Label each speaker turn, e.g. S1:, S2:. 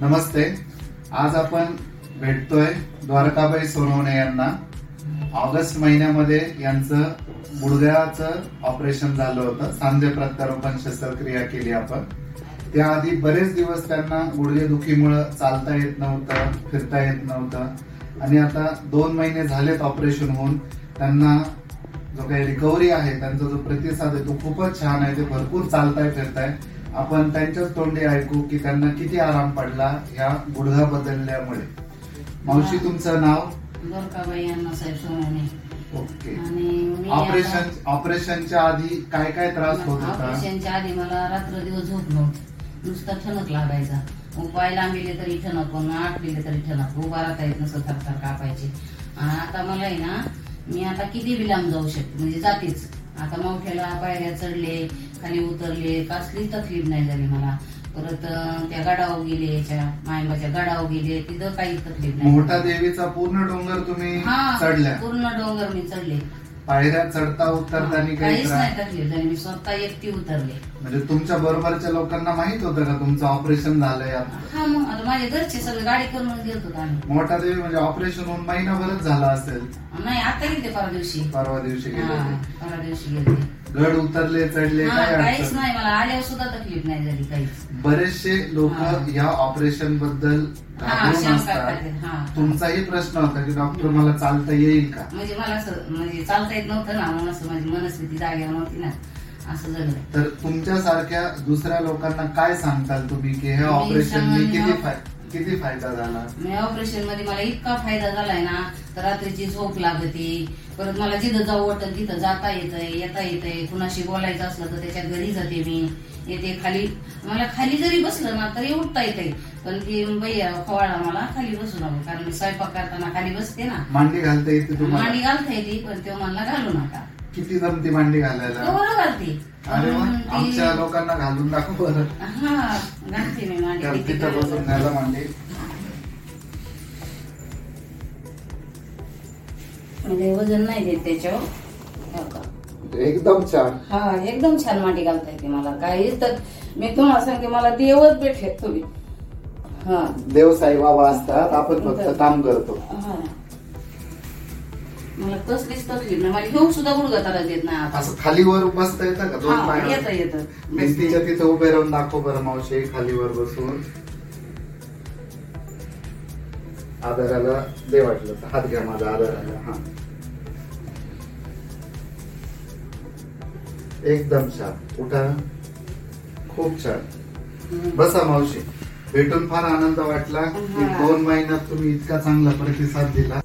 S1: नमस्ते आज आपण भेटतोय द्वारकाबाई सोनवणे यांना ऑगस्ट महिन्यामध्ये यांचं गुडघ्याचं ऑपरेशन झालं होतं सांधे प्रत्यारोपण शस्त्रक्रिया केली आपण त्याआधी बरेच दिवस त्यांना गुडघेदुखीमुळं चालता येत नव्हतं फिरता येत नव्हतं आणि आता दोन महिने झालेत ऑपरेशन होऊन त्यांना जो काही रिकव्हरी आहे त्यांचा जो प्रतिसाद आहे तो खूपच छान आहे ते भरपूर चालताय फिरताय आपण त्यांच्याच तोंडी ऐकू की त्यांना किती आराम पडला ह्या गुडघा बदलल्यामुळे मावशी तुमचं नाव
S2: गोरखाबाई अण्णासाहेब सोनवणे
S1: ओके
S2: आणि मी आता-
S1: ऑपरेशन ऑपरेशनच्या आधी काय काय त्रास होत होता
S2: ऑपरेशनच्या आधी मला रात्र दिवस झोप नव्हती नुसता ठणक लागायचा मग पाय लांबिले तरी ठणक पण आटलेले तरी ठणक उभा राहता येत नसं थरथर कापायचे आणि आता मला आहे ना मी आता किती बी लांब जाऊ शकते म्हणजे जातेच आता मौठ्याला पायऱ्या चढले खाली उतरले कसली तकलीफ नाही झाली मला परत अं, त्या गडावर गेले याच्या मायबाच्या गडावर गेले तिथं काही तकलीफ नाही
S1: मोठा देवीचा पूर्ण डोंगर तुम्ही
S2: हा
S1: चढल्या
S2: पूर्ण डोंगर मी चढले
S1: पायऱ्या चढता उतरताना काही
S2: काहीच
S1: त्रास
S2: नाही तकलीफ झाली मी स्वतः एकटी उतरले
S1: म्हणजे तुमच्या बरोबरच्या लोकांना माहित होतं का तुमचं ऑपरेशन झालंय आता?
S2: हा मग आता माझ्या घरचे सगळे गाडी करून गेलो होतो आम्ही
S1: मोठा देवी म्हणजे ऑपरेशन होऊन महिनाभरच झाला असेल
S2: नाही आता गेले परवा दिवशी
S1: परवा दिवशी गेले
S2: हा,
S1: होते.
S2: परवा दिवशी गेले
S1: गड उतरले चढले
S2: हा,
S1: काय
S2: काहीच
S1: अडचण
S2: नाही मला आल्यावर सुद्धा तकलीफ नाही झाली काहीच
S1: बरेचसे लोक
S2: हा.
S1: या ऑपरेशन बद्दल
S2: हा
S1: घाबरून
S2: शंका
S1: असतात
S2: करते हा
S1: तुमचाही प्रश्न होता की डॉक्टर मला चालता येईल का
S2: म्हणजे मला असं म्हणजे चालता येत नव्हतं ना मला असं माझी मनस्थिती जागेवर नव्हती ना असं झालं
S1: तर तुमच्यासारख्या दुसऱ्या लोकांना काय सांगताल तुम्ही की हे
S2: मी
S1: ऑपरेशन
S2: सांगणार-
S1: किती फाय- किती फायदा झाला
S2: मी ऑपरेशन मध्ये मला इतका फायदा झालाय ना तर रात्रीची झोप लागते परत मला जिथं जाऊ वाटत तिथं जाता येतंय येता येतंय कुणाशी बोलायचं असलं तर त्याच्या घरी जाते मी येते खाली मला खाली जरी बसलं ना तरी उठता येतंय पण ती बाई खवाळा मला खाली बसू नका कारण मी स्वयंपाक करताना खाली बसते ना
S1: मांडी घालता येते
S2: मांडी
S1: तुम्हाला
S2: घालता येते पण तो मला घालू नका
S1: किती जमती मांडी घालायला
S2: बरोबर घालते
S1: अरे वा
S2: पण ती-
S1: आमच्या लोकांना घालून दाखव बरं
S2: हा घालते मी मांडी किती
S1: तिथं बसून
S2: वेळा-
S1: न्यायला मांडी
S2: म्हणजे वजन नाही देत त्याच्यावर हो का?
S1: एकदम छान
S2: हा एकदम छान माटी घालता येते मला काहीच तर मी तुम्हाला सांगते मला देवच भेटले तुम्ही हा
S1: देव साईबाबा असतात आपण
S2: हो.
S1: फक्त काम करतो
S2: हा. मला कसलीच तकलीफ नाही मला घेऊन सुद्धा गुडघा त्रास देत नाही आता
S1: असं खालीवर बसता येतं का दोन
S2: हा येत
S1: पायावर
S2: येत
S1: भिंतीच्या तिथं उभे राहून दाखव बरं मावशी खालीवर बसून आधाराला दे वाटलं तर हात घ्या माझा आधाराला हा एकदम छान उठा खूप छान बसा मावशी भेटून फार आनंद वाटला की
S2: हा.
S1: दोन महिन्यात तुम्ही इतका चांगला प्रतिसाद दिला